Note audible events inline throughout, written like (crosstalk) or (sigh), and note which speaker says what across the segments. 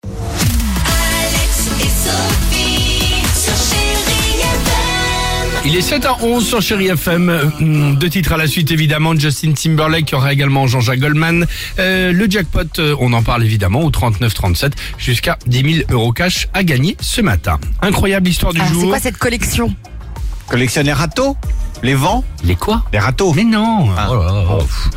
Speaker 1: Alex et Sophie sur Chérie FM.
Speaker 2: Il est 7h11 sur Chéri FM. Hum, Deux titres à la suite, évidemment. Justin Timberlake, il y aura également Jean-Jacques Goldman. Euh, le jackpot, euh, on en parle évidemment, au 39-37, jusqu'à 10 000 euros cash à gagner ce matin. Incroyable histoire
Speaker 3: Ah,
Speaker 2: du jour.
Speaker 4: cette collection
Speaker 5: Collectionne les râteaux Les vents
Speaker 2: Les quoi
Speaker 5: Les râteaux
Speaker 2: Mais non Oh là là, oh, pff.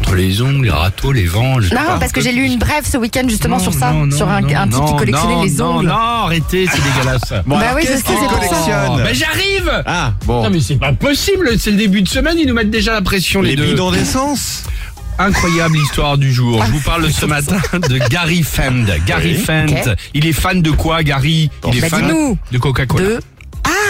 Speaker 2: Entre les ongles, les râteaux, les vents... je sais
Speaker 3: Non,
Speaker 2: pas.
Speaker 3: parce que j'ai lu une brève ce week-end justement
Speaker 2: Non,
Speaker 3: sur ça,
Speaker 2: non, non,
Speaker 3: sur un,
Speaker 2: non,
Speaker 3: un type
Speaker 2: non,
Speaker 3: qui collectionnait
Speaker 2: non,
Speaker 3: les ongles.
Speaker 2: Non, non, arrêtez, c'est
Speaker 3: (laughs)
Speaker 2: dégueulasse.
Speaker 5: Bon,
Speaker 3: Bah
Speaker 5: alors,
Speaker 3: oui, je
Speaker 5: qu'est-ce
Speaker 3: sais,
Speaker 5: qu'ils
Speaker 3: c'est pour ça.
Speaker 5: collectionnent
Speaker 2: Mais j'arrive
Speaker 5: Ah, bon.
Speaker 2: Non mais c'est pas possible, c'est le début de semaine, ils nous mettent déjà la pression les,
Speaker 5: les
Speaker 2: deux.
Speaker 5: bidons d'essence
Speaker 2: Incroyable histoire du jour. Je vous parle ce matin de Gary Fent. Gary Fent.
Speaker 3: Ok.
Speaker 2: Il est fan de quoi, Gary Il est
Speaker 3: Bah,
Speaker 2: fan
Speaker 3: dis-nous.
Speaker 2: de Coca-Cola.
Speaker 3: De...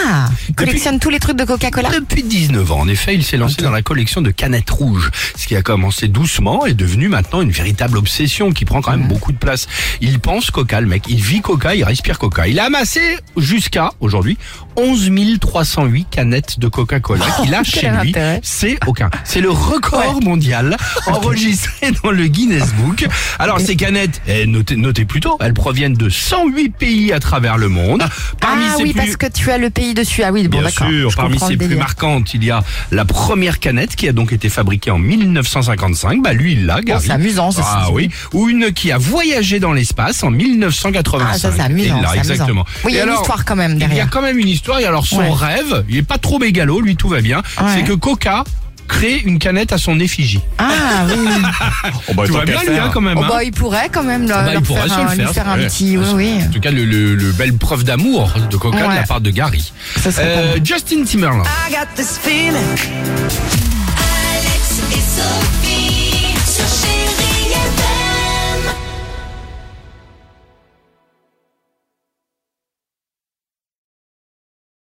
Speaker 3: Ah Il collectionne tous les trucs de Coca-Cola
Speaker 2: Depuis 19 ans, en effet, il s'est
Speaker 3: Ah,
Speaker 2: lancé dans la collection de canettes rouges, ce qui a commencé doucement et est devenu maintenant une véritable obsession qui prend quand même beaucoup de place. Il pense Coca, le mec, il vit Coca, il respire Coca. Il a amassé jusqu'à aujourd'hui 11 308 canettes de
Speaker 3: (laughs)
Speaker 2: Coca-Cola qu'il a chez
Speaker 3: quel
Speaker 2: lui.
Speaker 3: intérêt.
Speaker 2: C'est aucun. C'est le record
Speaker 3: (laughs)
Speaker 2: mondial enregistré dans le Guinness Book. Alors ces canettes, eh, notez, notez plutôt, elles proviennent de 108 pays à travers le monde. Parmi
Speaker 3: Ah
Speaker 2: ces
Speaker 3: oui,
Speaker 2: plus-
Speaker 3: parce que tu as le pays dessus. Ah oui, bon
Speaker 2: Bien
Speaker 3: d'accord.
Speaker 2: sûr,
Speaker 3: je
Speaker 2: parmi
Speaker 3: comprends
Speaker 2: ses
Speaker 3: le
Speaker 2: plus
Speaker 3: délire.
Speaker 2: marquantes, il y a la première canette qui a donc été fabriquée en 1955. Bah lui, il l'a, Gary.
Speaker 3: Oh, c'est amusant, ça,
Speaker 2: Ah
Speaker 3: c'est-
Speaker 2: oui. Ou une qui a voyagé dans l'espace en 1985.
Speaker 3: Ah ça c'est
Speaker 2: Il
Speaker 3: amusant,
Speaker 2: l'a,
Speaker 3: c'est amusant.
Speaker 2: exactement.
Speaker 3: Oui, il y
Speaker 2: Et
Speaker 3: a une
Speaker 2: alors,
Speaker 3: histoire quand même
Speaker 2: Il y a
Speaker 3: derrière.
Speaker 2: quand même une histoire. Et alors son
Speaker 3: Ouais.
Speaker 2: rêve, il est pas trop mégalo, lui tout va bien.
Speaker 3: Ouais.
Speaker 2: C'est que Coca crée une canette à son effigie.
Speaker 3: Ah
Speaker 2: (laughs)
Speaker 3: oui,
Speaker 5: oh, bah,
Speaker 2: tu
Speaker 5: tant
Speaker 2: vois
Speaker 5: qu'à
Speaker 2: bien lui,
Speaker 5: faire.
Speaker 2: hein, quand même.
Speaker 3: Oh,
Speaker 2: hein.
Speaker 3: bah, il pourrait quand même
Speaker 2: Ah
Speaker 3: leur,
Speaker 2: bah, il
Speaker 3: leur
Speaker 2: pourrait
Speaker 3: faire,
Speaker 2: se le
Speaker 3: un, lui
Speaker 2: faire,
Speaker 3: faire
Speaker 2: ça,
Speaker 3: un
Speaker 2: ouais. Ah,
Speaker 3: petit... Oui, oui.
Speaker 2: En tout cas, le, le- le belle preuve d'amour de Coca de la
Speaker 3: Ouais.
Speaker 2: part de Gary.
Speaker 3: Ça serait pas
Speaker 2: Euh, Justin Timberlake.
Speaker 1: Alex et Sophie.